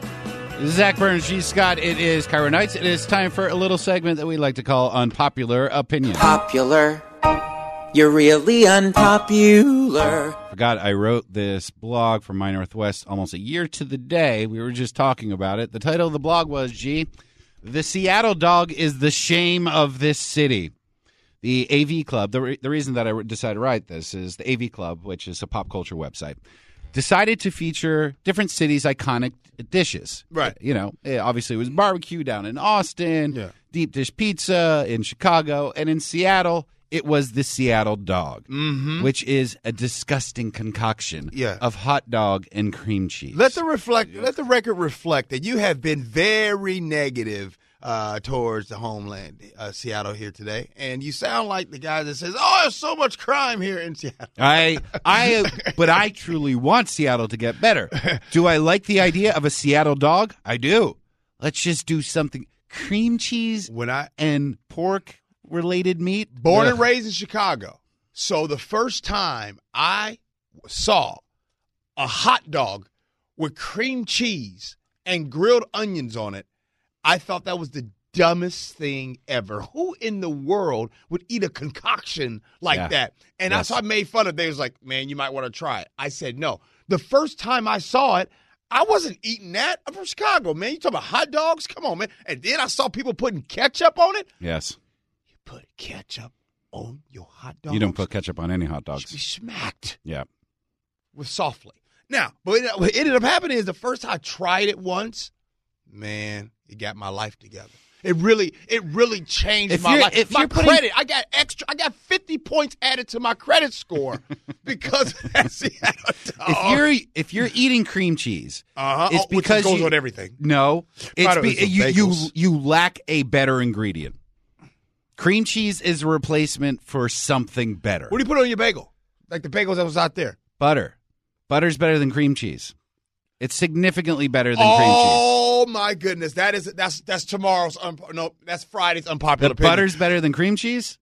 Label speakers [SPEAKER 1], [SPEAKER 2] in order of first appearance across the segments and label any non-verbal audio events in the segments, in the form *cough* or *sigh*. [SPEAKER 1] This is Zach Burns, G. Scott. It is Cairo Nights. It is time for a little segment that we like to call Unpopular Opinion.
[SPEAKER 2] Popular. You're really unpopular.
[SPEAKER 1] forgot I wrote this blog for My Northwest almost a year to the day. We were just talking about it. The title of the blog was G. The Seattle Dog is the Shame of This City. The AV Club, the, re- the reason that I re- decided to write this is the AV Club, which is a pop culture website, decided to feature different cities' iconic dishes.
[SPEAKER 3] Right.
[SPEAKER 1] You know, eh, obviously it was barbecue down in Austin,
[SPEAKER 3] Yeah.
[SPEAKER 1] deep dish pizza in Chicago, and in Seattle, it was the Seattle Dog
[SPEAKER 3] Mm-hmm.
[SPEAKER 1] which is a disgusting concoction
[SPEAKER 3] Yeah.
[SPEAKER 1] of hot dog and cream cheese.
[SPEAKER 3] Let the reflect. Let the record reflect that you have been very negative uh, towards the homeland, uh, Seattle here today, and you sound like the guy that says, "Oh, there's so much crime here in Seattle."
[SPEAKER 1] I I but I truly want Seattle to get
[SPEAKER 3] *laughs*
[SPEAKER 1] better. Do I like the idea of a Seattle dog? I do. Let's just do something cream cheese
[SPEAKER 3] When I
[SPEAKER 1] and pork related meat.
[SPEAKER 3] born
[SPEAKER 1] Ugh.
[SPEAKER 3] and raised in Chicago, so the first time I saw a hot dog with cream cheese and grilled onions on it, I thought that was the dumbest thing ever. Who in the world would eat a concoction like
[SPEAKER 1] Yeah.
[SPEAKER 3] that? And
[SPEAKER 1] Yes.
[SPEAKER 3] that's why I made fun of. They was like, "Man, you might want to try it." I said, "No." The first time I saw it. I wasn't eating that. I'm from Chicago, man. You talking about hot dogs? Come on, man. And then I saw people putting ketchup on it
[SPEAKER 1] Yes.
[SPEAKER 3] put ketchup on your hot dog.
[SPEAKER 1] You don't put ketchup on any hot
[SPEAKER 3] Should be
[SPEAKER 1] dogs.
[SPEAKER 3] smacked
[SPEAKER 1] Yeah.
[SPEAKER 3] with softly. Now, but it- what ended up happening is the first time I tried it once, man, it got my life together. It really, it really changed
[SPEAKER 1] If
[SPEAKER 3] my
[SPEAKER 1] you're-
[SPEAKER 3] life.
[SPEAKER 1] if
[SPEAKER 3] my
[SPEAKER 1] you're putting-
[SPEAKER 3] credit, I got extra. I got fifty points added to my
[SPEAKER 1] *laughs*
[SPEAKER 3] credit score because of that Seattle dog.
[SPEAKER 1] If you're if you're eating cream cheese,
[SPEAKER 3] uh-huh.
[SPEAKER 1] it's
[SPEAKER 3] oh, which
[SPEAKER 1] because
[SPEAKER 3] goes
[SPEAKER 1] you-
[SPEAKER 3] on everything.
[SPEAKER 1] No, it's
[SPEAKER 3] Thought it
[SPEAKER 1] be,
[SPEAKER 3] was the
[SPEAKER 1] you, you
[SPEAKER 3] bagels.
[SPEAKER 1] you lack a better ingredient. Cream cheese is a replacement for something better.
[SPEAKER 3] What do you put on your bagel? Like the bagels that was out there.
[SPEAKER 1] Butter. Butter's better than cream cheese. It's significantly better than cream cheese.
[SPEAKER 3] Oh my goodness, that is that's that's tomorrow's unpo- no, that's Friday's unpopular.
[SPEAKER 1] The
[SPEAKER 3] opinion.
[SPEAKER 1] butter's better than cream cheese?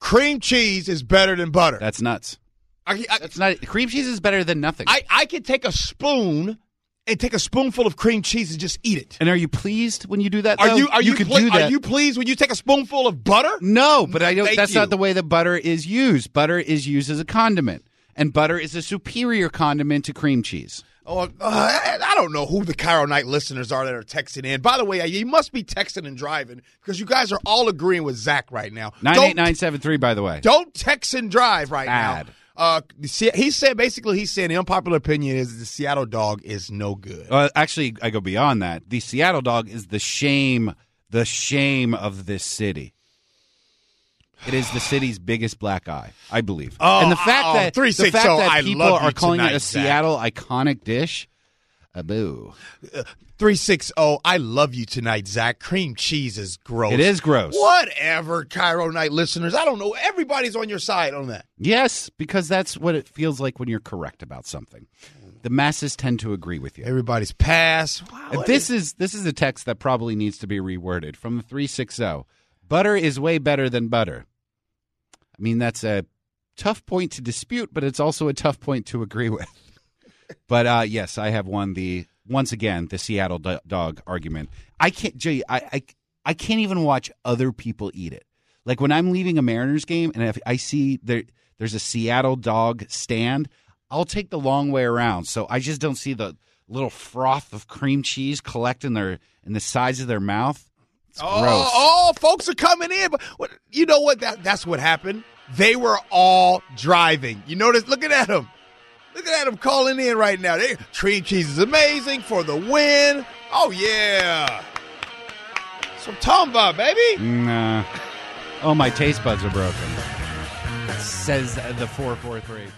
[SPEAKER 3] cream cheese is better than butter.
[SPEAKER 1] That's nuts.
[SPEAKER 3] I, I,
[SPEAKER 1] That's not cream cheese is better than nothing.
[SPEAKER 3] I, I can take a spoon and take a spoonful of cream cheese and just eat it.
[SPEAKER 1] and are you pleased when uh, you do that?
[SPEAKER 3] Are
[SPEAKER 1] though?
[SPEAKER 3] you are you,
[SPEAKER 1] could
[SPEAKER 3] ple-
[SPEAKER 1] do that.
[SPEAKER 3] are you pleased when you take a spoonful of butter?
[SPEAKER 1] No, but I don't
[SPEAKER 3] Thank
[SPEAKER 1] that's
[SPEAKER 3] you.
[SPEAKER 1] not the way that butter is used. Butter is used as a condiment. And butter is a superior condiment to cream cheese.
[SPEAKER 3] Oh, uh, I I don't know who the Cairo Night listeners are that are texting in. By the way, you must be texting and driving because you guys are all agreeing with Zach right now.
[SPEAKER 1] Nine
[SPEAKER 3] Don't-
[SPEAKER 1] eight nine seven three, by the way.
[SPEAKER 3] Don't text and drive right
[SPEAKER 1] Bad.
[SPEAKER 3] now. Uh, see- he said basically he's saying the unpopular opinion is the Seattle dog is no good.
[SPEAKER 1] Uh, actually, I go beyond that. The Seattle dog is the shame, the shame of this city. It is the city's biggest black eye, I believe.
[SPEAKER 3] Oh,
[SPEAKER 1] and the fact
[SPEAKER 3] oh,
[SPEAKER 1] that the
[SPEAKER 3] 360,
[SPEAKER 1] fact that
[SPEAKER 3] I
[SPEAKER 1] people
[SPEAKER 3] love you
[SPEAKER 1] are calling it
[SPEAKER 3] tonight,
[SPEAKER 1] a
[SPEAKER 3] Zach.
[SPEAKER 1] Seattle iconic dish, a boo.
[SPEAKER 3] Three six zero. I love you tonight, Zach. Cream cheese is gross.
[SPEAKER 1] It is gross.
[SPEAKER 3] Whatever, Cairo Night listeners. I don't know. Everybody's on your side on that.
[SPEAKER 1] Yes, because that's what it feels like when you're correct about something. The masses tend to agree with you.
[SPEAKER 3] Everybody's pass. Wow,
[SPEAKER 1] And
[SPEAKER 3] what
[SPEAKER 1] this is this is a text that probably needs to be reworded from the 360. Butter is way better than butter. I mean, that's a tough point to dispute, but it's also a tough point to agree with. but uh, yes, I have won the once again the Seattle do- dog argument. I can't, Jay. I, I I can't even watch other people eat it. Like when I'm leaving a Mariners game and if I see there there's a Seattle dog stand, I'll take the long way around. So I just don't see the little froth of cream cheese collect in their in the sides of their mouth. It's
[SPEAKER 3] Oh,
[SPEAKER 1] gross.
[SPEAKER 3] oh, folks are coming in, but what, you know what? That that's what happened. They were all driving. You notice? Looking at them. Look at them calling in right now. They, cream cheese is amazing for the win. Oh yeah. So Tomba, baby.
[SPEAKER 1] Mm, uh, Nah. Oh, my taste buds are broken. Says the 443.